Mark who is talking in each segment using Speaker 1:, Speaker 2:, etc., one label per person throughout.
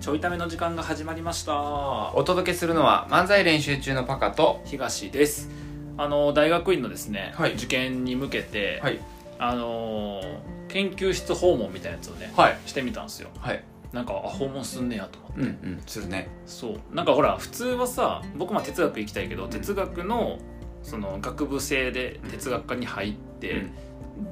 Speaker 1: ちょいための時間が始まりました
Speaker 2: お届けするのは漫才練習中のパカと
Speaker 1: 東ですあの大学院のですね、
Speaker 2: はい
Speaker 1: 受験に向けて、
Speaker 2: い
Speaker 1: あのー研究室訪問みたいなやつをね
Speaker 2: はい
Speaker 1: してみたんですよ
Speaker 2: はい
Speaker 1: なんかあ訪問すんねやと思って、
Speaker 2: うんうんするね
Speaker 1: そうなんかほら普通はさ僕まあ哲学行きたいけど哲学のその学部生で哲学科に入って、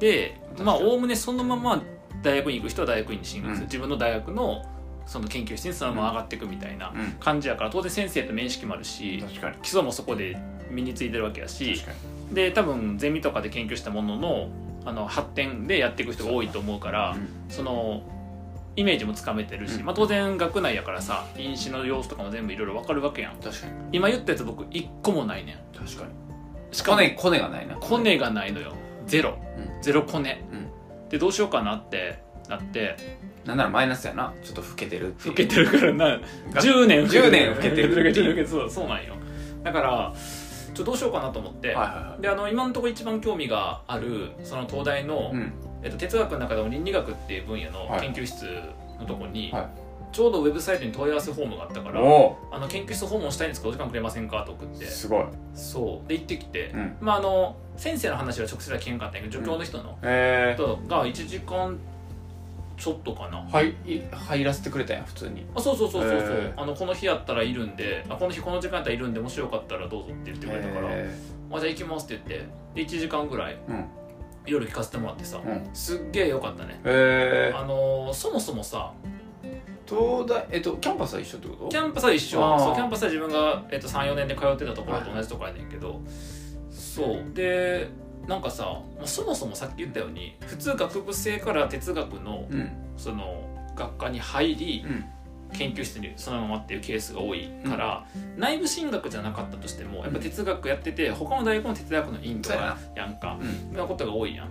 Speaker 1: でまあおおむねそのまま大学に行く人は大学院に進学する、
Speaker 2: うん
Speaker 1: 自分の大学のその研究室にそのまま上がっていくみたいな
Speaker 2: うん
Speaker 1: 感じやから当然先生と面識もあるし
Speaker 2: 確かに
Speaker 1: 基礎もそこで身についてるわけやし
Speaker 2: 確かに
Speaker 1: で多分ゼミとかで研究したもののあの発展でやっていく人が多いと思うからそのイメージもつかめてるし、
Speaker 2: うん
Speaker 1: まあ、当然学内やからさ飲酒の様子とかも全部いろいろわかるわけやん
Speaker 2: 確かに
Speaker 1: 今言ったやつ僕一個もないねん
Speaker 2: 確かに
Speaker 1: しか
Speaker 2: コ
Speaker 1: も
Speaker 2: ネコネがないな
Speaker 1: コネがないのよゼロ
Speaker 2: うん
Speaker 1: ゼロコネ
Speaker 2: うん
Speaker 1: でどうしようかなってなって
Speaker 2: なんならマイナスやなちょっと老けてるっていう
Speaker 1: 老けてるからな
Speaker 2: が
Speaker 1: 10年
Speaker 2: 10年老 けてる
Speaker 1: 老けてるけどそうそうなんよだからちょっとどうしようかなと思って、
Speaker 2: はいは
Speaker 1: であの今のところ一番興味があるその東大の、
Speaker 2: いはいうん
Speaker 1: えっと、哲学の中でも倫理学っていう分野の
Speaker 2: はい
Speaker 1: 研究室のとこに、
Speaker 2: はい
Speaker 1: ちょうどウェブサイトに問い合わせフォームがあったから
Speaker 2: お
Speaker 1: あの研究室訪問したいんですけどお時間くれませんかと送っ
Speaker 2: お
Speaker 1: て
Speaker 2: すごい
Speaker 1: そうで行ってきて、
Speaker 2: うん
Speaker 1: まああの先生の話は直接は聞けんかったんやけど助教の人の、
Speaker 2: え
Speaker 1: 人が1時間ちょっとかな
Speaker 2: ーはいい入らせてくれたんや普通に
Speaker 1: あそうそうそうそうそう、
Speaker 2: へー
Speaker 1: あのこの日やったらいるんであこの日この時間やったらいるんでもしよかったらどうぞって言ってくれたから、
Speaker 2: え
Speaker 1: あじゃあ行きますって言ってで1時間ぐらい
Speaker 2: ーうん
Speaker 1: いろいろ聞かせてもらってさ、
Speaker 2: うん
Speaker 1: すっげえ良かったね
Speaker 2: えー
Speaker 1: あのーそもそもさ
Speaker 2: 東大えっとキャンパスは一緒ってこと
Speaker 1: キャンパスは一緒
Speaker 2: あー
Speaker 1: そうキャンパスは自分が、えっと34年で通ってたところと同じところやねんけど、そうでなんかさまあそもそもさっき言ったように普通学部生から哲学の
Speaker 2: うん
Speaker 1: その学科に入り
Speaker 2: うん
Speaker 1: 研究室にそのままっていうケースが多いから、内部進学じゃなかったとしてもやっぱ哲学やってて他の大学の哲学の院と
Speaker 2: そうや
Speaker 1: かやんか
Speaker 2: なうん
Speaker 1: なことが多いやん、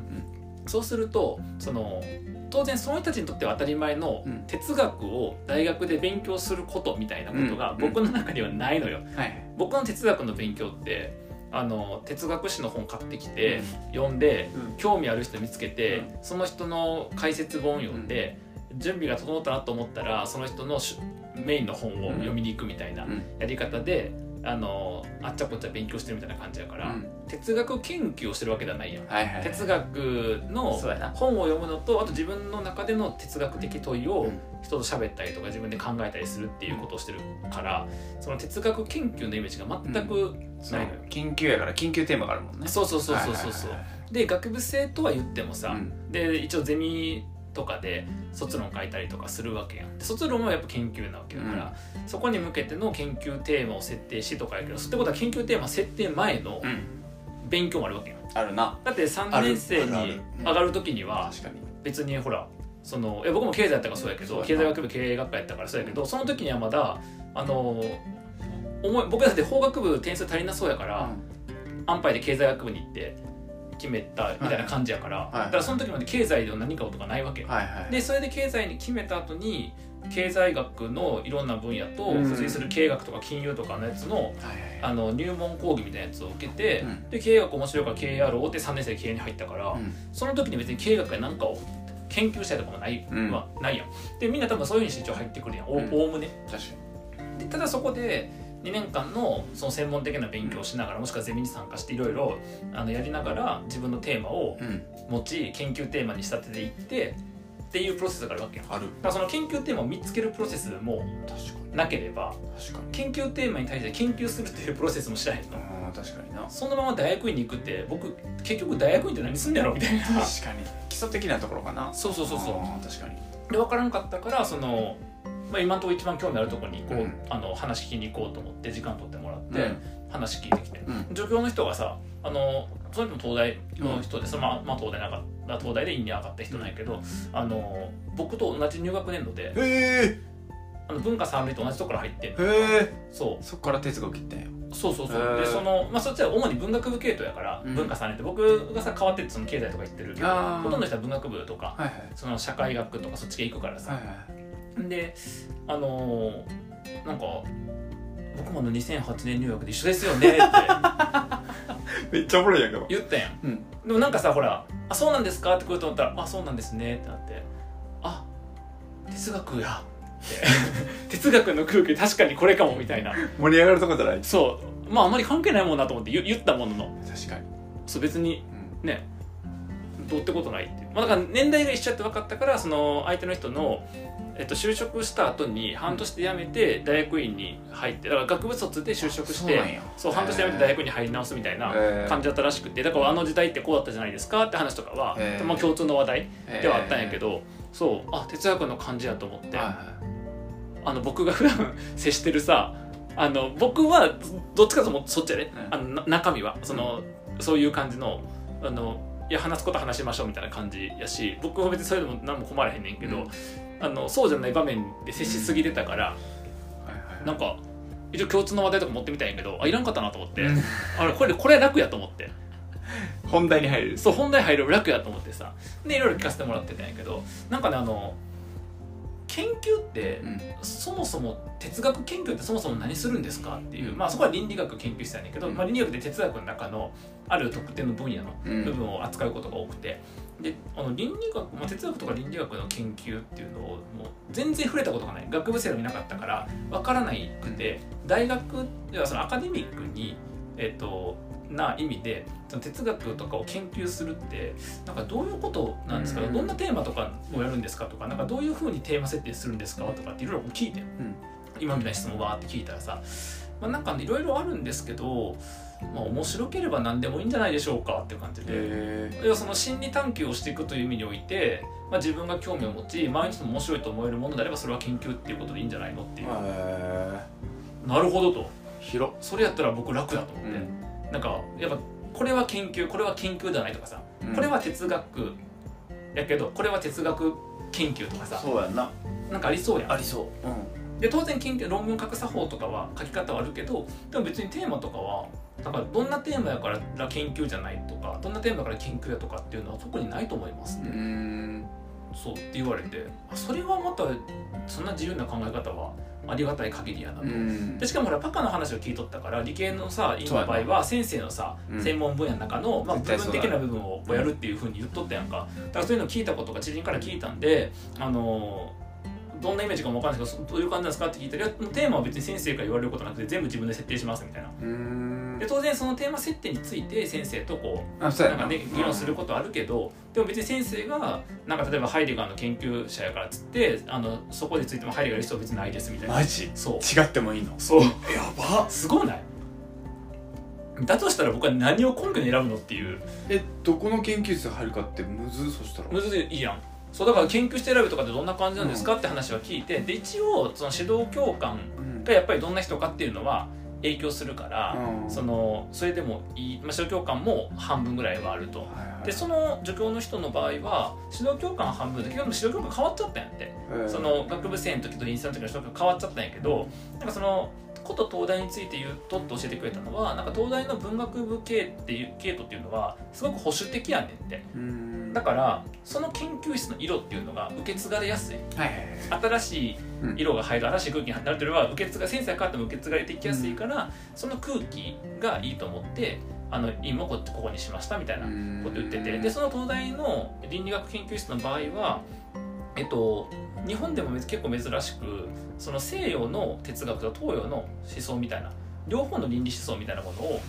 Speaker 1: そうするとその当然その人たちにとっては当たり前の
Speaker 2: うん
Speaker 1: 哲学を大学で勉強することみたいなことが
Speaker 2: うんうん
Speaker 1: 僕の中にはないのよ、
Speaker 2: はい
Speaker 1: 僕の哲学の勉強ってあの哲学史の本買ってきて、読んで
Speaker 2: うん
Speaker 1: 興味ある人見つけて、
Speaker 2: う
Speaker 1: その人の解説本読んで、準備が整ったなと思ったらその人のしメインの本を読みに行くみたいな
Speaker 2: うん
Speaker 1: やり方で、あのあっちゃこっちゃ勉強してるみたいな感じだか
Speaker 2: う
Speaker 1: ら、
Speaker 2: ん
Speaker 1: 哲学研究をしてるわけではないやん。
Speaker 2: はいはい
Speaker 1: 哲学の
Speaker 2: そうやな
Speaker 1: 本を読むのとあと自分の中での哲学的問いを
Speaker 2: うん
Speaker 1: 人と喋ったりとか自分で考えたりするっていうことをしてるからその哲学研究のイメージが全く
Speaker 2: そ
Speaker 1: な
Speaker 2: う
Speaker 1: いのよ、
Speaker 2: 緊急やから緊急テーマがあるもんね
Speaker 1: そうそうそうそうそうそう、
Speaker 2: はいはいはい
Speaker 1: で学部生とは言っても
Speaker 2: う
Speaker 1: さ、
Speaker 2: ん
Speaker 1: で一応ゼミとかで卒論書いたりとかするわけやんで卒論はやっぱ研究なわけだから、そこに向けての研究テーマを設定しとかやけどってことは研究テーマ設定前の
Speaker 2: うん
Speaker 1: 勉強もあるわけやん
Speaker 2: あるな
Speaker 1: だって3年生
Speaker 2: ある
Speaker 1: に
Speaker 2: ある
Speaker 1: 上がる時には
Speaker 2: 確かに
Speaker 1: 別にほらそのいや僕も経済やったからそうやけ
Speaker 2: そ
Speaker 1: ど
Speaker 2: うやな
Speaker 1: 経済学部経営学科やったからそうやけどその時にはまだあの思い僕だって法学部点数足りなそうやから、安牌で経済学部に行って決めたみたいな感じやから、
Speaker 2: いはい
Speaker 1: だからその時まで経済の何かとかないわけよ、
Speaker 2: はいはい
Speaker 1: でそれで経済に決めた後に経済学のいろんな分野と
Speaker 2: うん
Speaker 1: 付随する経営学とか金融とかのやつの
Speaker 2: はいはい
Speaker 1: あの入門講義みたいなやつを受けて、
Speaker 2: うん
Speaker 1: で経営学面白いから経営やろうって3年生で経営に入ったから、その時に別に経営学やなんかを研究したいとかもない,、
Speaker 2: うん
Speaker 1: はないやんでみんな多分そういうふうに身長入ってくるやんお
Speaker 2: うん
Speaker 1: おおむね
Speaker 2: 確か
Speaker 1: でただそこで2年間のその専門的な勉強をしながらもしくはゼミに参加していろいろあのやりながら自分のテーマを
Speaker 2: にうん
Speaker 1: 持ち研究テーマに仕立てていってっていうプロセスがあるわけやんだ
Speaker 2: ある
Speaker 1: からその研究テーマを見つけるプロセスも
Speaker 2: 確かに
Speaker 1: なければ
Speaker 2: 確かに
Speaker 1: 研究テーマに対して研究するっていうプロセスもしないの
Speaker 2: あー確かにな
Speaker 1: そのまま大学院に行くって僕結局大学院って何すんのやろみたいな
Speaker 2: 確かに基礎的なところかな
Speaker 1: そうそうそうそう
Speaker 2: あー確かに
Speaker 1: で分からんかったからその、まあ、今のところ一番興味あるところに行こう、
Speaker 2: うん
Speaker 1: あの話聞きに行こうと思って時間取ってもらって、
Speaker 2: うん
Speaker 1: 話聞いてきて、
Speaker 2: うん
Speaker 1: 助教の人がさあのその人も東大の人で、そのまあまあ、東大なかった東大で院に上がった人なんやけど、あの僕と同じ入学年度で
Speaker 2: へ
Speaker 1: あの文化三類と同じところ入ってんの
Speaker 2: えへえ
Speaker 1: そ
Speaker 2: そっから哲学行ったんや
Speaker 1: うそうそうそ
Speaker 2: へ
Speaker 1: う
Speaker 2: ー
Speaker 1: でその、まあ、そっちは主に文学部系統やから、
Speaker 2: うん
Speaker 1: 文化三類って僕がさ変わってってその経済とか行ってるけど
Speaker 2: あー
Speaker 1: ほとんどの人は文学部とか、
Speaker 2: はいはい
Speaker 1: その社会学とかそっち系行くからさ、
Speaker 2: はいはい
Speaker 1: であのーなんか「僕もあの2008年入学で一緒ですよね」 って
Speaker 2: めっちゃおもろいやんか
Speaker 1: 言ったやん
Speaker 2: うん
Speaker 1: でもなんかさほら「あそうなんですか?」って来ると思ったら「あそうなんですね」ってなって「あ哲学や 哲学の空気確かにこれかもみたいな
Speaker 2: 盛り上がるとこじゃない
Speaker 1: そうまああまり関係ないもんなと思って言言ったものの
Speaker 2: 確かに、
Speaker 1: そう別にねどうってことないって、まあ、だから年代が一緒って分かったからその相手の人の、えっと、就職した後に半年で辞めて大学院に入ってだから学部卒で就職して
Speaker 2: そうなんや
Speaker 1: そう半年で辞めて大学に入り直すみたいな
Speaker 2: へー
Speaker 1: 感じだったらしくてだからあの時代ってこうだったじゃないですかって話とかは
Speaker 2: へ、ー
Speaker 1: まあ、共通の話題
Speaker 2: え
Speaker 1: ではあったんやけど、そうあ哲学の感じやと思って、
Speaker 2: はいはい
Speaker 1: あの僕が普段接してるさあの僕はどっちかというともうそっちやで、
Speaker 2: ん
Speaker 1: あのな中身はその、そういう感じのあのいや話すことは話しましょうみたいな感じやし僕は別にそれでも何も困らへんねんけど、
Speaker 2: うん
Speaker 1: あのそうじゃない場面で接しすぎてたから、
Speaker 2: はいはい
Speaker 1: なんか一応共通の話題とか持ってみたいんやけどあいらんかったなと思って、
Speaker 2: うん
Speaker 1: あれこれこれ楽やと思って
Speaker 2: 本題に入る
Speaker 1: そう本題入る楽やと思ってさでいろいろ聞かせてもらってたんやけどなんかねあの研究って、
Speaker 2: うん
Speaker 1: そもそも哲学研究ってそもそも何するんですかっていう、
Speaker 2: うん
Speaker 1: まあ、そこは倫理学研究室やねんけど、
Speaker 2: うん
Speaker 1: まあ、倫理学で哲学の中のある特定の分野の
Speaker 2: うん
Speaker 1: 部分を扱うことが多くて、であの倫理学、まあ、哲学とか倫理学の研究っていうのをもう全然触れたことがない学部生がいなかったから分からないくて、大学ではそのアカデミックに、えっとな意味でその哲学とかを研究するってなんかどういうことなんですか、
Speaker 2: うん
Speaker 1: どんなテーマとかをやるんですかとかなんかどういうふうにテーマ設定するんですかとかっていろいろ聞いて、
Speaker 2: ん
Speaker 1: 今みたいな質問わーって聞いたらさ、まあ、なんかねいろいろあるんですけど、まあ、面白ければ何でもいいんじゃないでしょうかっていう感じで。
Speaker 2: え
Speaker 1: 要はその心理探求をしていくという意味において、まあ、自分が興味を持ち毎日の面白いと思えるものであればそれは研究っていうことでいいんじゃないのっていう、
Speaker 2: え
Speaker 1: なるほどと
Speaker 2: 広
Speaker 1: それやったら僕楽だと思っ
Speaker 2: う
Speaker 1: て、
Speaker 2: ん
Speaker 1: なんかやっぱこれは研究これは研究ではないとかさ、
Speaker 2: うん
Speaker 1: これは哲学やけどこれは哲学研究とかさ
Speaker 2: そうやんな
Speaker 1: なんかありそうやん
Speaker 2: りそううん
Speaker 1: で当然研究論文書く作法とかは書き方はあるけどでも別にテーマとかはなんかどんなテーマやから研究じゃないとかどんなテーマやから研究やとかっていうのは特にないと思いますね、
Speaker 2: うん
Speaker 1: そうって言われてあそれはまたそんな自由な考え方はありがたい限りやなと、
Speaker 2: うん
Speaker 1: でしかもほらパカの話を聞いとったから理系のさ院の場合は先生のさ、
Speaker 2: うん
Speaker 1: 専門分野の中の、まあ、部
Speaker 2: 絶対
Speaker 1: 分
Speaker 2: そうだ
Speaker 1: 的な部分をやるっていうふうに言っとったやんかだからそういうのを聞いたことが知人から聞いたんであのーどんなイメージかもわかんないですけどどういう感じなんですかって聞いたらいやテーマは別に先生から言われることなくて全部自分で設定しますみたいな
Speaker 2: うん
Speaker 1: で当然そのテーマ設定について先生とこう
Speaker 2: あそう
Speaker 1: な
Speaker 2: や
Speaker 1: んか
Speaker 2: な
Speaker 1: ね議論することあるけど、でも別に先生がなんか例えばハイデガーの研究者やからっつってあのそこについてもハイデガーの人は別にないですみたいな
Speaker 2: マジ
Speaker 1: そう
Speaker 2: 違ってもいいの
Speaker 1: そう
Speaker 2: やば
Speaker 1: すごいないだとしたら僕は何を根拠に選ぶのっていう
Speaker 2: えどこの研究室入るかってむずそしたら
Speaker 1: むずいいいやんそうだから研究して選ぶとかってどんな感じなんですかって話は聞いてで一応その指導教官
Speaker 2: うん
Speaker 1: がやっぱりどんな人かっていうのは影響するから、
Speaker 2: うん
Speaker 1: そのそれでもいい、まあ、指導教官も半分ぐらいはあると。でその助教の人の場合は指導教官は半分で結局指導教官変わっちゃったんやって、その学部生の時と院生の時の指導教官変わっちゃったんやけどなんかそのこと東大について言うとって教えてくれたのはなんか東大の文学部系っていう系統っていうのはすごく保守的やねんって
Speaker 2: うん
Speaker 1: だからその研究室の色っていうのが受け継がれやすい
Speaker 2: はいはいはい
Speaker 1: 新しい色が入る新しい空気になるというよりは受け継が先生が変わっても受け継がれていきやすいから、その空気がいいと思ってあの院もこここにしましたみたいなこと言っててでその東大の倫理学研究室の場合はえっと日本でも結構珍しくその西洋の哲学と東洋の思想みたいな両方の倫理思想みたいなものを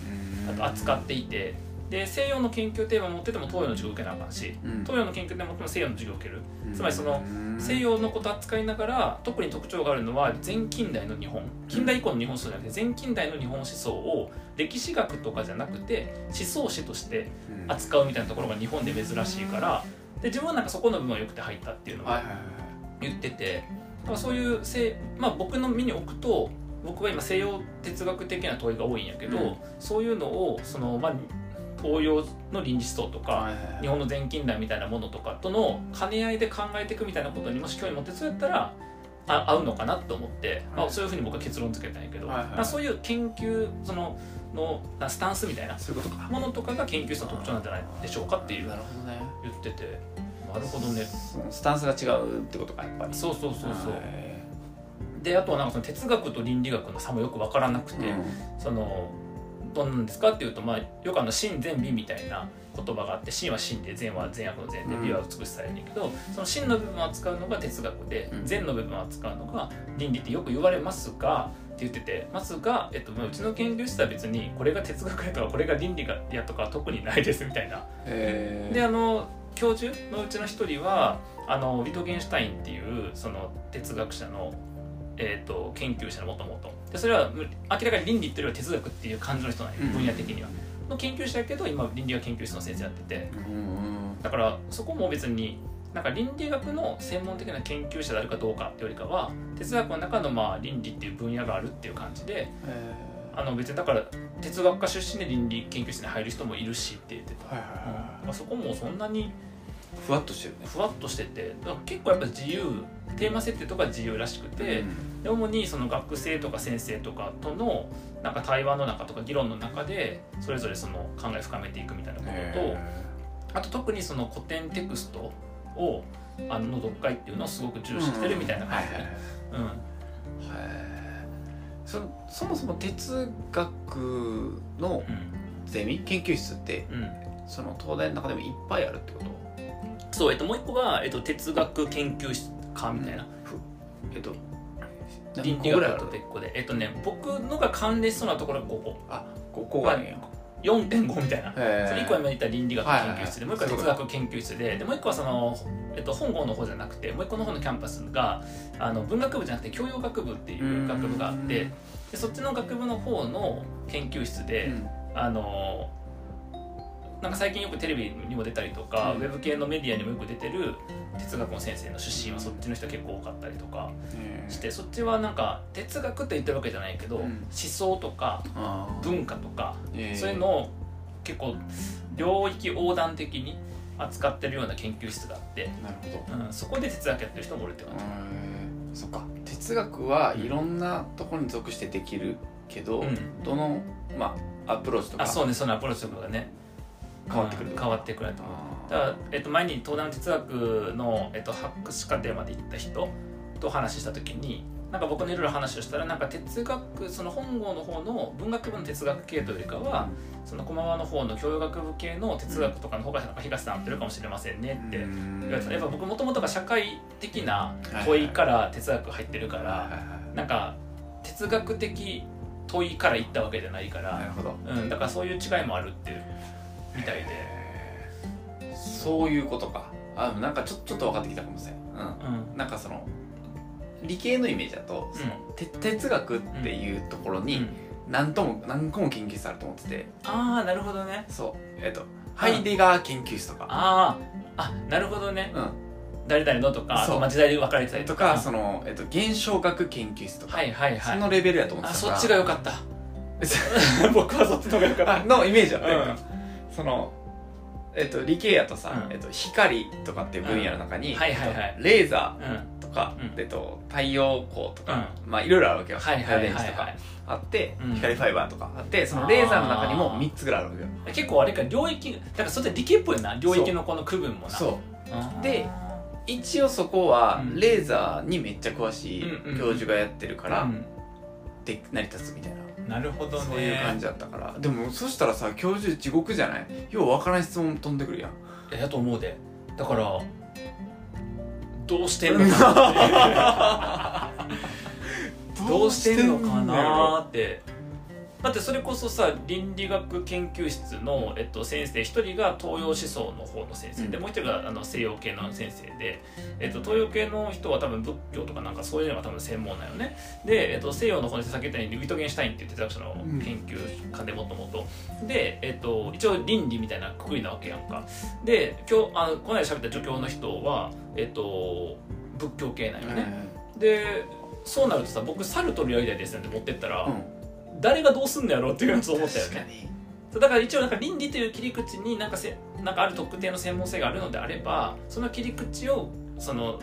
Speaker 1: あと扱っていてで西洋の研究テーマ持ってても東洋の授業受けなあかんし東洋の研究テーマ持っても西洋の授業受けるつまりその西洋のこと扱いながら特に特徴があるのは前近代の日本近代以降の日本思想じゃなくて前近代の日本思想を歴史学とかじゃなくて思想史として扱うみたいなところが日本で珍しいからで自分はなんかそこの部分は良くて入ったっていうの
Speaker 2: は
Speaker 1: を
Speaker 2: いはいはい
Speaker 1: 言っててだからそういうせ、まあ、僕の身に置くと僕は今西洋哲学的な問いが多いんやけど、
Speaker 2: うん
Speaker 1: そういうのをその、まあ、東洋の倫理思想とか、
Speaker 2: はいはいはい
Speaker 1: 日本の前近代みたいなものとかとの兼ね合いで考えていくみたいなことにもし興味持ってそうやったらあ合うのかなと思って、まあ、そういうふうに僕は結論付けたんやけど、
Speaker 2: はいはい
Speaker 1: まあ、そういう研究そののなスタンスみたいな
Speaker 2: そういうことか
Speaker 1: ものとかが研究室の特徴なんじゃないでしょうかっていう
Speaker 2: なるほどね
Speaker 1: 言っててなるほどね
Speaker 2: そのスタンスが違うってことかやっぱり
Speaker 1: そうそうそうそう、
Speaker 2: はい
Speaker 1: であとはなんかその哲学と倫理学の差もよく分からなくて、
Speaker 2: うん
Speaker 1: そのどんなんですかっていうと、まあ、よくあの真善美みたいな言葉があって真は真で善は善悪の善で
Speaker 2: うん
Speaker 1: 美は美しさやねんけど、その真の部分を扱うのが哲学で、
Speaker 2: うん
Speaker 1: 善の部分を扱うのが倫理ってよく言われますがって言っててますが、えっと、まあうちの研究室は別にこれが哲学やとかこれが倫理やとかは特にないですみたいな
Speaker 2: えー、
Speaker 1: であの教授のうちの一人はあのビトゲンシュタインっていうその哲学者の、えー、と研究者のもともとでそれはむ明らかに倫理というよりは哲学っていう感じの人なんよ
Speaker 2: うん
Speaker 1: 分野的には、の研究者やけど今倫理学研究室の先生やってて
Speaker 2: うんうん
Speaker 1: だからそこも別になんか倫理学の専門的な研究者であるかどうかっていうよりかは哲学の中のまあ倫理っていう分野があるっていう感じで
Speaker 2: えー
Speaker 1: あの別にだから哲学科出身で倫理研究室に入る人もいるしって言ってた、
Speaker 2: はいはい
Speaker 1: うんだ
Speaker 2: はい
Speaker 1: からそこもそんなに
Speaker 2: ふわっとしてるね
Speaker 1: ふわっとしててだから結構やっぱ自由テーマ設定とか自由らしくて、
Speaker 2: うん
Speaker 1: で主にその学生とか先生とかとのなんか対話の中とか議論の中でそれぞれその考え深めていくみたいなことと、
Speaker 2: え
Speaker 1: あと特にその古典テクストをあのの読解っていうのをすごく重視してるみたいな
Speaker 2: ーは
Speaker 1: 感
Speaker 2: い
Speaker 1: じ
Speaker 2: は
Speaker 1: で、
Speaker 2: いはい
Speaker 1: うん
Speaker 2: へーそそもそも哲学のゼミ研究室って
Speaker 1: うんうん
Speaker 2: その東大の中でもいっぱいあるってこと
Speaker 1: そうえっともう一個が、えっと、哲学研究室科みたいな、
Speaker 2: ふえっと
Speaker 1: 倫
Speaker 2: 何
Speaker 1: 理
Speaker 2: 個ぐらいあ
Speaker 1: 学と
Speaker 2: る
Speaker 1: 別個でえっとね僕のが関連しそうなところがここ
Speaker 2: あここがあるんや
Speaker 1: 4.5みたいな
Speaker 2: へー
Speaker 1: それ1個は今言った倫理学研究室で、
Speaker 2: は
Speaker 1: もう1
Speaker 2: いはいはい
Speaker 1: 個は哲学研究室ででもう1個はその、えっと、本郷の方じゃなくてもう1個の方のキャンパスがあの文学部じゃなくて教養学部っていう学部があって
Speaker 2: うん
Speaker 1: でそっちの学部の方の研究室で、
Speaker 2: うん
Speaker 1: あのなんか最近よくテレビにも出たりとか、
Speaker 2: う
Speaker 1: ウ
Speaker 2: ん
Speaker 1: ェブ系のメディアにもよく出てる哲学の先生の出身はそっちの人結構多かったりとか
Speaker 2: へー
Speaker 1: してそっちはなんか哲学って言ってるわけじゃないけど、
Speaker 2: うん
Speaker 1: 思想とか
Speaker 2: あー
Speaker 1: 文化とか
Speaker 2: へー
Speaker 1: そういうのを結構領域横断的に扱ってるような研究室があって、
Speaker 2: なるほど
Speaker 1: うん、そこで哲学やってる人もおるって感じ。
Speaker 2: へーそっか哲学はいろんなところに属してできるけど、
Speaker 1: うん
Speaker 2: どのまあアプローチと
Speaker 1: あ
Speaker 2: か
Speaker 1: そうねそのアプローチとかがね
Speaker 2: 変わってくる
Speaker 1: うん変わってくると
Speaker 2: あ
Speaker 1: だ
Speaker 2: ー
Speaker 1: から、えっと、前に東大の哲学の、えっと、博士課程まで行った人とお話しした時になんか僕のいろいろ話をしたらなんか哲学その本郷の方の文学部の哲学系というよりかはその駒場の方の教養学部系の哲学とかの方がなんか東さん合ってるかもしれませんねって
Speaker 2: うん
Speaker 1: やっぱ僕もともとが社会的な問いから哲学入ってるか
Speaker 2: はい
Speaker 1: ら
Speaker 2: はいはい
Speaker 1: なんか哲学的問いから行ったわけじゃないか
Speaker 2: な
Speaker 1: ら、
Speaker 2: るほど
Speaker 1: うん、だからそういう違いもあるっていうみたいで、
Speaker 2: へーそういうことかあでもなんかちょちょっと分かってきたかもしれない、
Speaker 1: うん
Speaker 2: うん、なんかその理系のイメージだとその、て哲学っていうところ
Speaker 1: う
Speaker 2: に
Speaker 1: ん
Speaker 2: 何とも何個も研究室あると思ってて
Speaker 1: ああなるほどね
Speaker 2: そうえっとハイデガー研究室とか、
Speaker 1: あああなるほどね
Speaker 2: うん、
Speaker 1: 誰々のとか
Speaker 2: そう
Speaker 1: まあ時代で分かれてたり
Speaker 2: と
Speaker 1: とか
Speaker 2: かその、えっと、現象学研究室とか、
Speaker 1: はいはいは
Speaker 2: そ
Speaker 1: い
Speaker 2: のレベルやと思っ
Speaker 1: あ
Speaker 2: てた
Speaker 1: そっちが良かった 僕はそっちの方が良かった
Speaker 2: あのイメージだったよ、
Speaker 1: うん
Speaker 2: そのえっと理系やとさ、
Speaker 1: うん
Speaker 2: えっと、光とかっていう分野の中に、
Speaker 1: うんはいはいはい
Speaker 2: えっとレーザ
Speaker 1: うん
Speaker 2: ーとか、
Speaker 1: うん
Speaker 2: えっと、太陽光とか、まあいろいろあるわけよ、
Speaker 1: はいはいはい
Speaker 2: 太陽電池と
Speaker 1: は
Speaker 2: か
Speaker 1: い
Speaker 2: あって、
Speaker 1: うん
Speaker 2: 光ファイバーとかあってそのレーザーの中にも
Speaker 1: あー
Speaker 2: 3つぐらいあるわけよ
Speaker 1: 結構あれか領域だからそれって理系っぽいな領域のこの区分もな
Speaker 2: そう
Speaker 1: うん
Speaker 2: で一応そこは
Speaker 1: うん
Speaker 2: レーザーにめっちゃ詳しい
Speaker 1: うんうん
Speaker 2: 教授がやってるから、
Speaker 1: うん
Speaker 2: で成り立つみたいな
Speaker 1: なるほどね
Speaker 2: そういう感じだったからでもそしたらさ教授地獄じゃないようわからん質問飛んでくるやん
Speaker 1: いややと思うでだからどうしてんのか なってどうしてんのかなってだってそれこそさ倫理学研究室の、えっと、先生一人が東洋思想の方の先生で、
Speaker 2: うん
Speaker 1: もう一人があの西洋系の先生で、えっと、東洋系の人は多分仏教とかなんかそういうのが多分専門なよねで、えっと、西洋の方で先ほど言ったようにビトゲンシュタインっていう哲学者の研究家でもともとで、えっと、一応倫理みたいなくくりなわけやんかで今日あのこの間喋った助教の人は、えっと、仏教系なんよね、でそうなるとさ僕サルトルやりたいですなんて持ってったら、
Speaker 2: うん
Speaker 1: 誰がどうすんのやろうっていうのはちょっと思ったよ
Speaker 2: 確か
Speaker 1: ね
Speaker 2: に
Speaker 1: そうだから一応なんか倫理という切り口になんかせなんかある特定の専門性があるのであればその切り口をその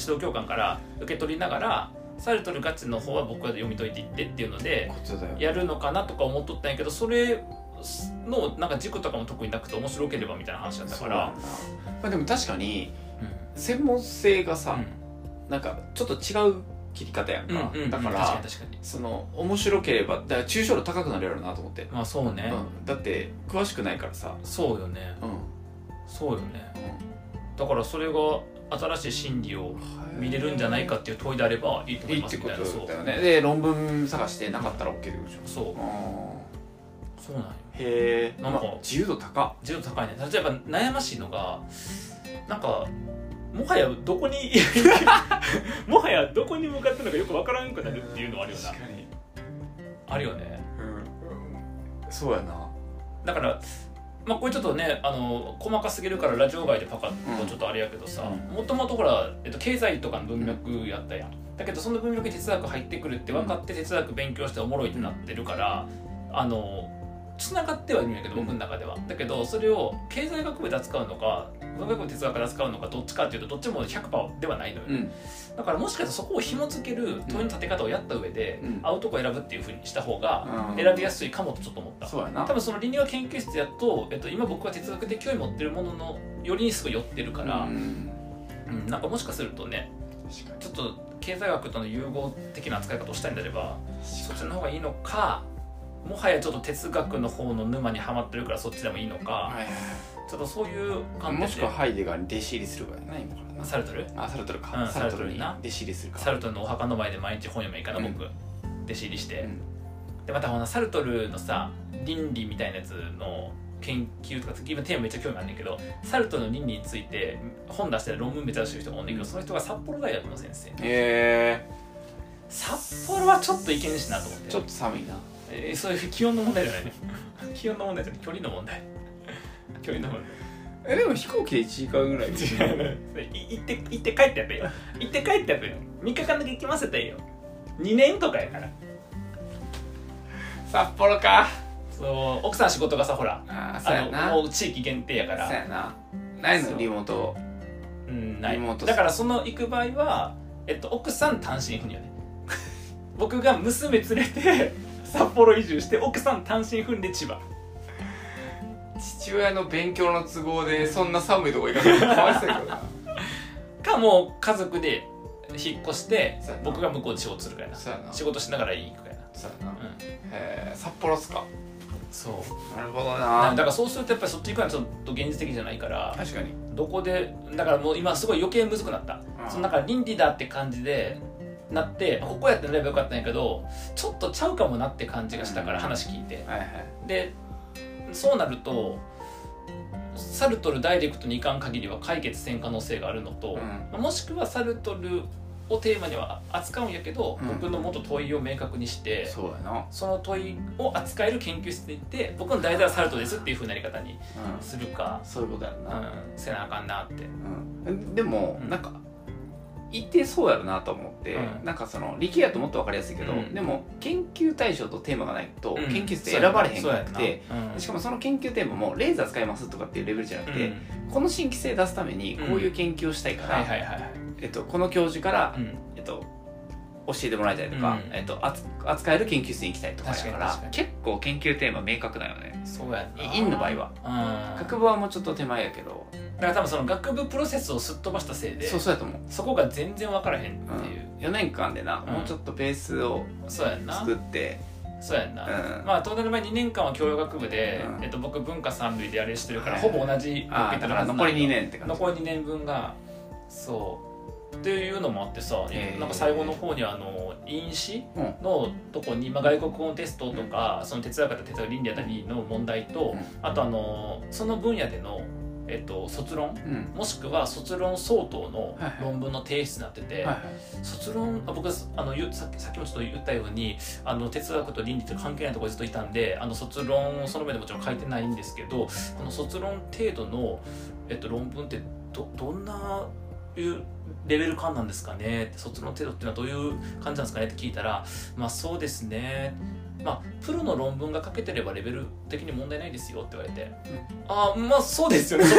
Speaker 1: 指導教官から受け取りながらサルトルガチの方は僕は読み解いていってっていうので
Speaker 2: ことだよ
Speaker 1: やるのかなとか思っとったんやけどそれのなんか軸とかも特になくて面白ければみたいな話だった
Speaker 2: そ
Speaker 1: か
Speaker 2: うな
Speaker 1: ら
Speaker 2: んだまあでも確かに
Speaker 1: うん
Speaker 2: 専門性がさ、なんかちょっと違う切り方やん
Speaker 1: うん
Speaker 2: か、
Speaker 1: うんうん
Speaker 2: だから
Speaker 1: 確かに確かに
Speaker 2: その面白ければだから抽象度高くなるやろうなと思って、
Speaker 1: まあそうね、
Speaker 2: うん、だって詳しくないからさ、
Speaker 1: そうよね
Speaker 2: うん
Speaker 1: そうよねだからそれが新しい心理を見れるんじゃないかっていう問いであればいいと思
Speaker 2: い
Speaker 1: い
Speaker 2: い
Speaker 1: ま
Speaker 2: っ
Speaker 1: す
Speaker 2: て
Speaker 1: み
Speaker 2: こ
Speaker 1: たいなそう
Speaker 2: とだよねで論文探してなかったら OK でしょ
Speaker 1: そう
Speaker 2: うん
Speaker 1: そうなんよ
Speaker 2: へえ
Speaker 1: なんか
Speaker 2: 自由度高
Speaker 1: 自由度高いね例えば悩ましいのがなんかもはやどこ にもはやどこに向かってるのかよくわからんくなるっていうのはあるよな
Speaker 2: 確かに、
Speaker 1: あるよね
Speaker 2: うん、そうやな
Speaker 1: だからまあこれちょっとねあの細かすぎるからラジオ外でパカッとちょっとあれやけどさ
Speaker 2: う
Speaker 1: もともとほら、えっと、経済とかの文脈やったやんだけどその文脈に哲学入ってくるって分かって哲学勉強しておもろいってなってるからあのつながってはいるんやけど僕の中ではだけどそれを経済学部で扱うのか文学部哲学で扱うのかどっちかっていうとどっちも100%ではないのよ、
Speaker 2: うん
Speaker 1: だからもしかしたらそこを紐付ける問いの立て方をやった上で、
Speaker 2: うん
Speaker 1: 合うとこ選ぶっていうふうにした方が
Speaker 2: うん
Speaker 1: 選びやすいかもとちょっと思った、
Speaker 2: そうやな
Speaker 1: 多分その倫理学研究室やと、えっと、今僕は哲学で興味持ってるもののよりにすごい寄ってるから、う
Speaker 2: う
Speaker 1: ん
Speaker 2: ん
Speaker 1: なんかもしかするとね
Speaker 2: 確かに
Speaker 1: ちょっと経済学との融合的な扱い方をしたいんであればそっちの方がいいのかもはやちょっと哲学の方の沼にはまってるからそっちでもいいのか、
Speaker 2: はいはい
Speaker 1: ちょっとそういう
Speaker 2: はい
Speaker 1: 観
Speaker 2: も
Speaker 1: 点
Speaker 2: しくは
Speaker 1: で
Speaker 2: ハイデガーに弟子入りするからな今からな
Speaker 1: サルトル
Speaker 2: あサルトルか、
Speaker 1: うん
Speaker 2: サルト
Speaker 1: サル
Speaker 2: ル
Speaker 1: トル
Speaker 2: に
Speaker 1: に
Speaker 2: 弟
Speaker 1: な
Speaker 2: 子入りするか
Speaker 1: サルトルのお墓の前で毎日本読めばいいかな、
Speaker 2: うん
Speaker 1: 僕弟子入りして、
Speaker 2: うん
Speaker 1: でまたほなサルトルのさ倫理みたいなやつの研究とか今テーマめっちゃ興味あるんだけどサルトルの倫理について本出して論文めっちゃ出してる人がおんねんけどその人が札幌大学の先生
Speaker 2: へえ
Speaker 1: 札幌はちょっといけんしなと思って
Speaker 2: ちょっと寒いな
Speaker 1: えーそういう気温の問題じゃないね 気温の問題じゃない距離の問題距離の問題
Speaker 2: えでも飛行機で1時間ぐらい
Speaker 1: 違う い行って行って帰ってやったらいいよ行って帰ってやったらいいよ3日間だけ行きませたらいいよ2年とかやから
Speaker 2: 札幌か
Speaker 1: そう奥さん仕事がさほら
Speaker 2: ああそう
Speaker 1: あ
Speaker 2: や
Speaker 1: の
Speaker 2: な
Speaker 1: もう地域限定やから
Speaker 2: そうやなない
Speaker 1: そ
Speaker 2: の
Speaker 1: う
Speaker 2: リモート
Speaker 1: うん、ない
Speaker 2: リモート
Speaker 1: だからその行く場合は、えっと、奥さん単身赴任よね 僕が娘連れて札幌移住して奥さん単身赴任で千葉
Speaker 2: 父親の勉強の都合でそんな寒いとこ行かないとかわいそうやけどな
Speaker 1: かもう家族で引っ越して
Speaker 2: そうやな
Speaker 1: 僕が向こうで仕事するからな
Speaker 2: そうやな
Speaker 1: 仕事しながら行くからな
Speaker 2: そうやな
Speaker 1: うん
Speaker 2: えー札幌っすか
Speaker 1: そう
Speaker 2: なるほど
Speaker 1: だ
Speaker 2: な
Speaker 1: からそうするとやっぱりそっち行くのはちょっと現実的じゃないから
Speaker 2: 確かに
Speaker 1: どこでだからもう今すごい余計むずくなった、
Speaker 2: うん
Speaker 1: そのだから倫理だって感じでなってここやってなればよかったんやけどちょっとちゃうかもなって感じがしたから話聞いて、
Speaker 2: はいはい
Speaker 1: でそうなるとサルトルダイレクトにいかん限りは解決せん可能性があるのと、もしくはサルトルをテーマには扱うんやけど、
Speaker 2: うん
Speaker 1: 僕の元問いを明確にしてそ
Speaker 2: そうやな
Speaker 1: の問いを扱える研究室に行って僕の題材はサルトルですっていうふうなやり方に
Speaker 2: う
Speaker 1: するか
Speaker 2: ん、そういうことやろ
Speaker 1: う
Speaker 2: な、
Speaker 1: ん、せなあかんなって。
Speaker 2: うん、でも、
Speaker 1: うん
Speaker 2: なんか一定そうやろなと思って、
Speaker 1: うん
Speaker 2: なんかその力也ともっと分かりやすいけど、
Speaker 1: うん
Speaker 2: でも研究対象とテーマがないと
Speaker 1: うん
Speaker 2: 研究室って選ばれへん
Speaker 1: そうや
Speaker 2: く
Speaker 1: な
Speaker 2: て、
Speaker 1: そうやなうん
Speaker 2: しかもその研究テーマもレーザー使いますとかっていうレベルじゃなくて、この新規性出すためにこういう研究をした
Speaker 1: う
Speaker 2: い
Speaker 1: ん
Speaker 2: か
Speaker 1: は
Speaker 2: ら、
Speaker 1: いはいはい、
Speaker 2: えっと、この教授から、
Speaker 1: うん、
Speaker 2: えっと、教えてもらいたいとか、
Speaker 1: うん
Speaker 2: えっと、扱扱える研究室に行きたいとかやから
Speaker 1: 確かに確か
Speaker 2: 結構研究テーマ明確だよね
Speaker 1: そうやんな
Speaker 2: 院の場合は
Speaker 1: はうん、だ
Speaker 2: 学
Speaker 1: か
Speaker 2: 部はもうちょっと手前やけど
Speaker 1: ら多分その学部プロセスをすっ飛ばしたせいで
Speaker 2: そうそうやと思う
Speaker 1: そこが全然分からへんっていう、
Speaker 2: 4年間でな、
Speaker 1: うん
Speaker 2: もうちょっとベースを
Speaker 1: そうやんな
Speaker 2: 作って
Speaker 1: そうやんな、
Speaker 2: うん
Speaker 1: まあトータル前2年間は教養学部で、
Speaker 2: うん
Speaker 1: えっと、僕文化三類であれしてるから、
Speaker 2: はい
Speaker 1: ほぼ同じ僕
Speaker 2: あ
Speaker 1: 行って
Speaker 2: ーだ
Speaker 1: る
Speaker 2: か
Speaker 1: は
Speaker 2: ら
Speaker 1: ずな
Speaker 2: 残
Speaker 1: の
Speaker 2: り2年って感じ
Speaker 1: 残り2年分がそうっていうのもあってさ、
Speaker 2: へー
Speaker 1: なんか最後の方にあの因子
Speaker 2: うん
Speaker 1: のとこに、まあ、外国語のテストとか、その哲学やったり哲学倫理やったりの問題と、
Speaker 2: う
Speaker 1: あとあのその分野での、えっと、卒論
Speaker 2: うん
Speaker 1: もしくは卒論相当の
Speaker 2: はいはい
Speaker 1: 論文の提出になってて、
Speaker 2: はいはい
Speaker 1: 卒論あ僕はあのゆさっきさっきもちょっと言ったようにあの哲学と倫理と関係ないところにずっといたんであの卒論をその上でもちろん書いてないんですけどこの卒論程度の、えっと、論文ってどどんないうレベル感なんですかねって卒論程度っていうのはどういう感じなんですかねって聞いたらまあそうですねまあプロの論文が書けてればレベル的に問題ないですよって言われて、ああまあそうですよねそ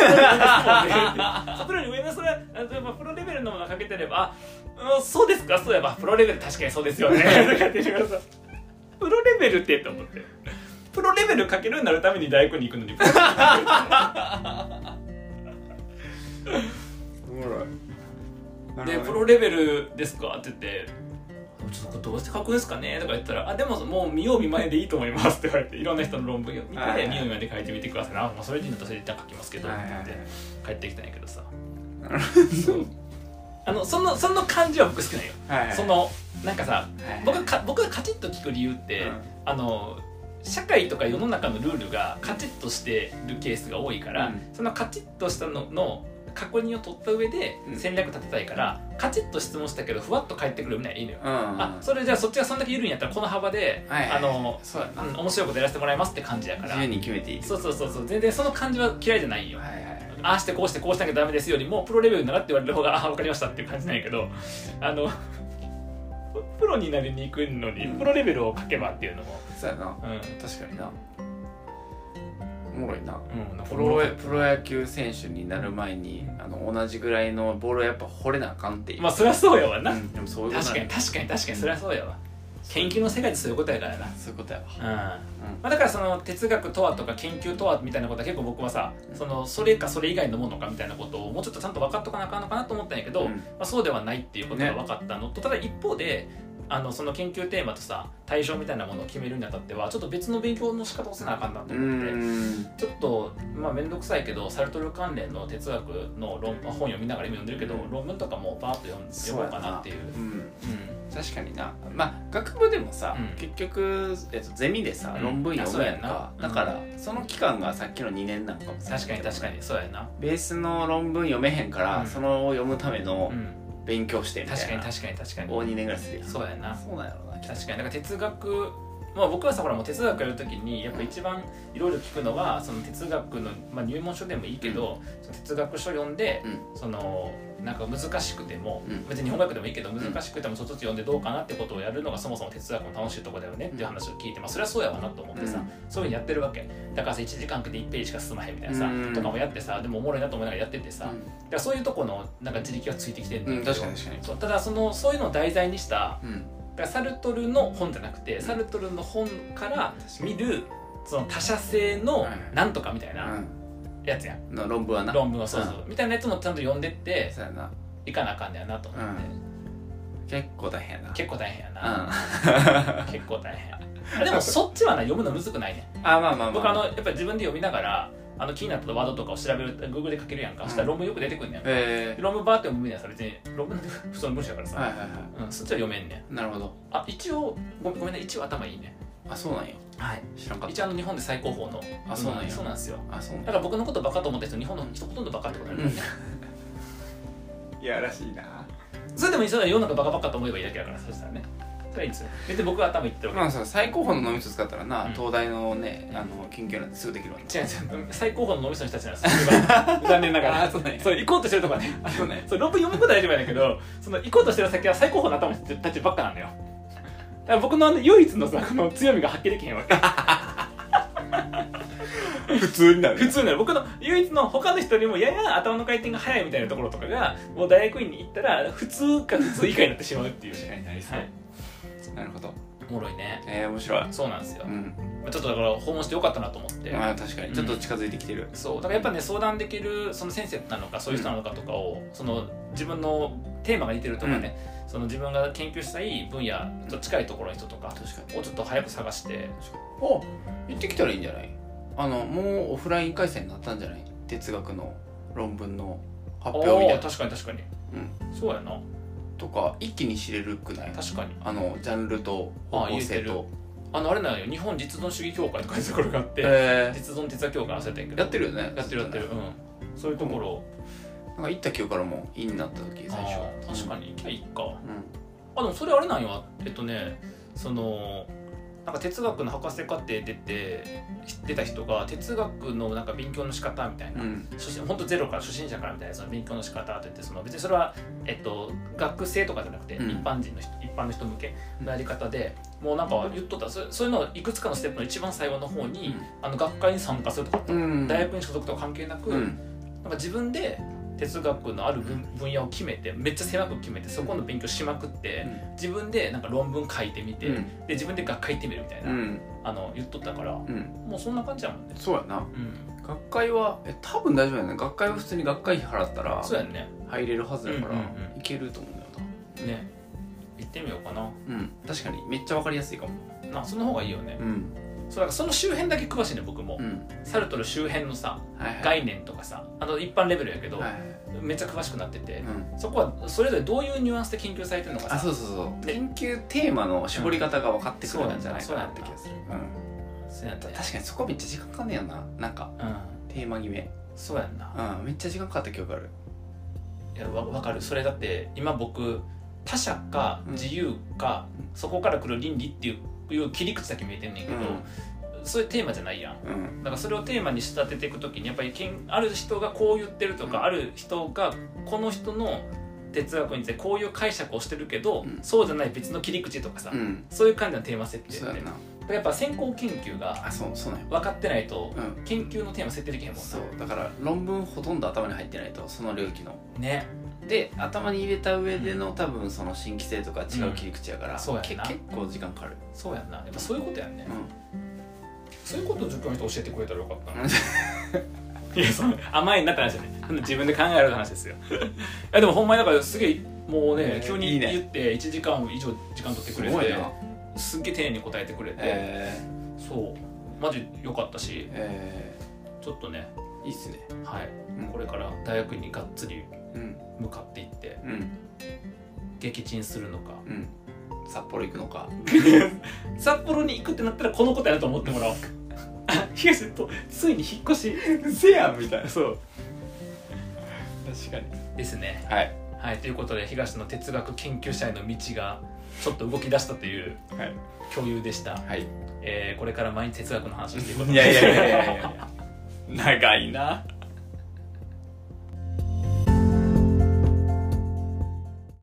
Speaker 1: こより上ですもんねプロに上のそれあでもプロレベルのものが書けてればあうん、そうですか、そういえば、プロレベル確か にそうですよね。とかって言ってくださいプロレベルってと思って。プロレベルかけるようになるために大学に行くのに。プロレベル
Speaker 2: おもろいなる
Speaker 1: で、
Speaker 2: ほ
Speaker 1: プ
Speaker 2: どね
Speaker 1: ロレベルですかって言って、もちょっとこれどうして書くんですかね?」とか言ったら「あでももう見よう見まねでいいと思います」って言われていろんな人の論文を見て
Speaker 2: はい
Speaker 1: 見よう見まねで書いてみてくださいな、まあ、それでいいんだったらそれで一旦書きますけどって言って帰ってきたんやけどさそうあのそのその感じは僕好きなんよ、
Speaker 2: はい
Speaker 1: そのなんかさ
Speaker 2: はい
Speaker 1: 僕がか僕がカチッと聞く理由って、
Speaker 2: うん
Speaker 1: あの社会とか世の中のルールがカチッとしてるケースが多いから、
Speaker 2: うん
Speaker 1: そのカチッとしたのの確認を取った上で
Speaker 2: うん
Speaker 1: 戦略立てたいから、カチッと質問したけどふわっと返ってくるみたいないいのよ、
Speaker 2: うん
Speaker 1: あそれじゃあそっちがそんだけ緩いんやったらこの幅で、
Speaker 2: はいはい
Speaker 1: あの
Speaker 2: そうやな
Speaker 1: うん面白いことやらせてもらいますって感じやから
Speaker 2: 自由に決めていい
Speaker 1: そうそうそうそう全然その感じは嫌いじゃないよ、
Speaker 2: はいはい
Speaker 1: ああしてこうしてこうしなきゃダメですよりもプロレベルにならって言われる方がああ分かりましたっていう感じなんやけどあのプロになりに行くのにプロレベルを書けばっていうのも
Speaker 2: そうやな
Speaker 1: うん、うん、
Speaker 2: 確かになおもろいなプ
Speaker 1: プ
Speaker 2: ロ
Speaker 1: ロレ
Speaker 2: プロ野球選手になる前にあの同じぐらいのボールをやっぱ掘れなあかんっていう、
Speaker 1: まあそりゃそうやわな、
Speaker 2: うんでもそういうこと
Speaker 1: 確かに確かに確かにそりゃそうやわ研究の世界ってそういうことやからな
Speaker 2: そういうことやわ
Speaker 1: うんまあ、だからその哲学とはとか研究とはみたいなことは結構僕はさそのそれかそれ以外のものかみたいなことをもうちょっとちゃんと分かっとかなあかんのかなと思ったんやけど、
Speaker 2: うん
Speaker 1: まあ、そうではないっていうことが分かったのと、ただ一方であのその研究テーマとさ対象みたいなものを決めるにあたってはちょっと別の勉強の仕方をせなあかんなと
Speaker 2: う
Speaker 1: 思って。
Speaker 2: ん
Speaker 1: ちょっとまあ面倒くさいけどサルトル関連の哲学の論本読みながら今読んでるけど論文とかもパーッと読ん読もうかなっていう。
Speaker 2: ん
Speaker 1: うん
Speaker 2: 確かになまあ学部でもさ、
Speaker 1: うん
Speaker 2: 結局、えっと、ゼミでさ、
Speaker 1: うん
Speaker 2: 論文読むやん
Speaker 1: あ
Speaker 2: か
Speaker 1: そうや
Speaker 2: だ
Speaker 1: んな
Speaker 2: からその期間がさっきの2年なんかも
Speaker 1: 確かに確か
Speaker 2: に
Speaker 1: にそうやな、
Speaker 2: ベースの論文読めへんから、
Speaker 1: うん
Speaker 2: そのを読むための
Speaker 1: うん、
Speaker 2: 勉強してみたい
Speaker 1: 確かに
Speaker 2: な、
Speaker 1: 確かに確かに
Speaker 2: を2年ぐらいするやん
Speaker 1: そうやな
Speaker 2: そうなんやろうなきっと
Speaker 1: 確かにだから哲学まあ僕はさほらもう哲学やるときにやっぱ一番いろいろ聞くのはその哲学の、まあ、入門書でもいいけど、その哲学書読んで、
Speaker 2: う
Speaker 1: そのなんか難しくても、
Speaker 2: うん
Speaker 1: 別に日本語訳でもいいけど難しくてもちょっとずつ読んでどうかなってことをやるのがそもそも哲学の楽しいとこだよねっていう話を聞いて、まあ、それはそうやわなと思ってさ、そういうふうにやってるわけだからさ1時間くで1ページしか進まへんみたいなさ、
Speaker 2: うん
Speaker 1: とかもやってさでもおもろいなと思いながらやっててさ、だからそういうとこのなんか自力はついてきてるんだ
Speaker 2: う
Speaker 1: け
Speaker 2: ん、
Speaker 1: ど、
Speaker 2: うん、確かに確かに
Speaker 1: そうただそのそういうのを題材にした
Speaker 2: うん
Speaker 1: だからサルトルの本じゃなくてサルトルの本から見るその他者性の
Speaker 2: うん
Speaker 1: なんとかみたいなやつやん
Speaker 2: うん、の論文はな
Speaker 1: 論文をそうそうみたいなやつもちゃんと読んでって
Speaker 2: そうやない
Speaker 1: かなあかんねやなと思って
Speaker 2: う結構大変やな
Speaker 1: 結構大変や
Speaker 2: 構
Speaker 1: な結構大変あ でもそっちはな読むのむずくないね
Speaker 2: うん、 あまあまあまあ
Speaker 1: 僕あのやっぱり自分で読みながらあの気になったワードとかを調べる Google で書けるやんかそしたら論文よく出てくんねやん
Speaker 2: え
Speaker 1: 論文バーって読むみたいなさ別に論文って 普通の文章やから
Speaker 2: ー、は
Speaker 1: さ
Speaker 2: いはいは
Speaker 1: うんそっちは読めんねん
Speaker 2: いなるほど
Speaker 1: あ一応ごごめんね一応頭いいね
Speaker 2: あそうなんや
Speaker 1: はい
Speaker 2: 知らんかっ
Speaker 1: 一応あの日本で最高峰の
Speaker 2: あそうなんや
Speaker 1: そうなんですよ
Speaker 2: たあそうなん
Speaker 1: だから僕のことバカと思った人日本の人ほとんどバカってことになる、ね
Speaker 2: いやらしいな
Speaker 1: それでもいいそれ世の中バカバカと思えばいいだけだからそしたらねそれはいいんですよ別に僕は頭いってるわ
Speaker 2: まあさ最高峰の脳みそ使ったらな、
Speaker 1: うん
Speaker 2: 東大のねあの研究なんてすぐできるわけ
Speaker 1: け違う違う最高峰の脳みその人たちなんですよ僕は残念ながら
Speaker 2: そうなん
Speaker 1: そう行こうとしてるとかね
Speaker 2: そうなんや
Speaker 1: そう論文読むことは大丈夫やねんけどその行こうとしてる先は最高峰の頭の人たちばっかなんだよだから僕のあの唯一のさこの強みが発揮できへんわけ
Speaker 2: 普通になる
Speaker 1: 普通なの僕の唯一の他の人よりもやや頭の回転が速いみたいなところとかがもう大学院に行ったら普通か普通以下になってしまうっていう
Speaker 2: 確かになりそう
Speaker 1: はい
Speaker 2: なるほど
Speaker 1: おもろいね
Speaker 2: えー、面白い
Speaker 1: そうなんですよ、
Speaker 2: うん
Speaker 1: まあちょっとだから訪問してよかったなと思って、
Speaker 2: まあ確かにちょっと近づいてきてる、
Speaker 1: そうだからやっぱね相談できるその先生なのかそういう人なのかとかを、その自分のテーマが似てるとかね、その自分が研究したい分野と近いところの人とか
Speaker 2: 確かに
Speaker 1: をちょっと早く探して
Speaker 2: お行ってきたらいいんじゃないあのもうオフライン回線になったんじゃない哲学の論文の発表みたい
Speaker 1: あー
Speaker 2: な
Speaker 1: 確かに確かに、
Speaker 2: う
Speaker 1: そうやな
Speaker 2: とか一気に知れるくない
Speaker 1: 確かに
Speaker 2: あのジャンルと方向性と
Speaker 1: あのあれなんよ日本実存主義協会とかいうところがあって、
Speaker 2: え
Speaker 1: 実存哲学協会忘れてんけ
Speaker 2: ー
Speaker 1: ど
Speaker 2: やってるよね
Speaker 1: やってるやってるうんそういうところを
Speaker 2: なんか行った記憶からもいいになった時最
Speaker 1: あ
Speaker 2: 初
Speaker 1: ー確かに行きゃいいか、
Speaker 2: う
Speaker 1: あでもそれあれなんよえっとねそのなんか哲学の博士課程出て出た人が哲学のなんか勉強の仕方みたい
Speaker 2: ん
Speaker 1: な、
Speaker 2: うん
Speaker 1: 初心本当ゼロから初心者からみたいなその勉強の仕方といってその別にそれは、えっと、学生とかじゃなくて、
Speaker 2: うん
Speaker 1: 一般人の人一般の人向けのやり方で、もうなんか言っとったそそういうのをいくつかのステップの一番最後の方に、あの学会に参加するとか、
Speaker 2: うん
Speaker 1: 大学に所属とか関係なく、
Speaker 2: うん
Speaker 1: なんか自分で哲学のある分分野を決めてめっちゃ狭く決めてそこの勉強しまくって、
Speaker 2: うん
Speaker 1: 自分でなんか論文書いてみて、で自分で学会行ってみるみたいな、
Speaker 2: うん
Speaker 1: あの言っとったからも
Speaker 2: うん
Speaker 1: うそんな感じやもんね、
Speaker 2: そうやな
Speaker 1: うん、
Speaker 2: 学会はえ多分大丈夫やね学会は普通に学会費払ったら
Speaker 1: そうやんね
Speaker 2: 入れるはずやか
Speaker 1: うん
Speaker 2: ら
Speaker 1: うんうん
Speaker 2: 行けると思うんだよ
Speaker 1: ね行ってみようかな
Speaker 2: うん確かにめっちゃわかりやすいかも
Speaker 1: なその方がいいよね、
Speaker 2: うん
Speaker 1: そうだからその周辺だけ詳しいね僕も、
Speaker 2: うん
Speaker 1: サルトル周辺のさ
Speaker 2: はいはい
Speaker 1: 概念とかさあの一般レベルやけど、
Speaker 2: はいはい
Speaker 1: めっちゃ詳しくなってて
Speaker 2: う、ん
Speaker 1: そこはそれぞれどういうニュアンスで研究されてるのかさ
Speaker 2: あそうそうそう
Speaker 1: で
Speaker 2: 研究テーマの絞り方が分かってくるんじゃないかなって
Speaker 1: そう
Speaker 2: 気
Speaker 1: なんだ
Speaker 2: がする
Speaker 1: そう
Speaker 2: うん
Speaker 1: そうやったよ
Speaker 2: 確かにそこめっちゃ時間かかんねやななんか
Speaker 1: うん
Speaker 2: テーマ決め
Speaker 1: そうやんな、
Speaker 2: うんめっちゃ時間かかった記憶ある
Speaker 1: いやわわかるそれだって今僕他者か
Speaker 2: うん
Speaker 1: 自由か、そこから来る倫理っていういう切り口だけ見えてんねんけど、そういうテーマじゃないやん
Speaker 2: うんうん
Speaker 1: だからそれをテーマに仕立てていく時にやっぱりけんある人がこう言ってるとか、
Speaker 2: うん
Speaker 1: ある人がこの人の哲学についてこういう解釈をしてるけど、
Speaker 2: うん
Speaker 1: そうじゃない別の切り口とかさ、
Speaker 2: うん
Speaker 1: そういう感じのテーマ設定って
Speaker 2: そうやん
Speaker 1: だ
Speaker 2: な
Speaker 1: からやっぱ先行研究が
Speaker 2: あそうそうなんよ
Speaker 1: 分かってないと
Speaker 2: うん
Speaker 1: 研究のテーマ設定できへんもんな
Speaker 2: そうだから論文ほとんど頭に入ってないとその領域の
Speaker 1: ね
Speaker 2: で頭に入れた上での多分その新規性とか違う切り口やから、
Speaker 1: うんそうやん
Speaker 2: け
Speaker 1: な
Speaker 2: 結構時間かかる
Speaker 1: そうやんなやっぱそういうことやんね、
Speaker 2: う
Speaker 1: そういうことを受験の人教えてくれたらよかったな いやその甘いなって話じゃないそんな自分で考える話 ですよいやでもほんまにだからすげえもうね、
Speaker 2: えー
Speaker 1: 急
Speaker 2: い
Speaker 1: に
Speaker 2: いね
Speaker 1: 言って1時間以上時間取って
Speaker 2: ん
Speaker 1: くれてすっげえ丁寧に答えてくれて、
Speaker 2: え
Speaker 1: そうマジ良かったし
Speaker 2: ー、え
Speaker 1: ちょっとね
Speaker 2: ー、いいっすね
Speaker 1: はい、
Speaker 2: うん
Speaker 1: これから大学にがっつり
Speaker 2: うん
Speaker 1: 向かっていって
Speaker 2: うん
Speaker 1: 撃沈するのか
Speaker 2: うん札幌行くのか
Speaker 1: 札幌に行くってなったらこのことやなと思っても らおうあ東とついに引っ越し
Speaker 2: せやみたい
Speaker 1: そう
Speaker 2: 確かに
Speaker 1: ですね
Speaker 2: はい
Speaker 1: はいということで東の哲学研究者への道がちょっと動き出したという
Speaker 2: はい
Speaker 1: 共有でした、
Speaker 2: はい
Speaker 1: えーこれから毎日哲学の話をしていこうと
Speaker 2: いやいやいやいやいや長いな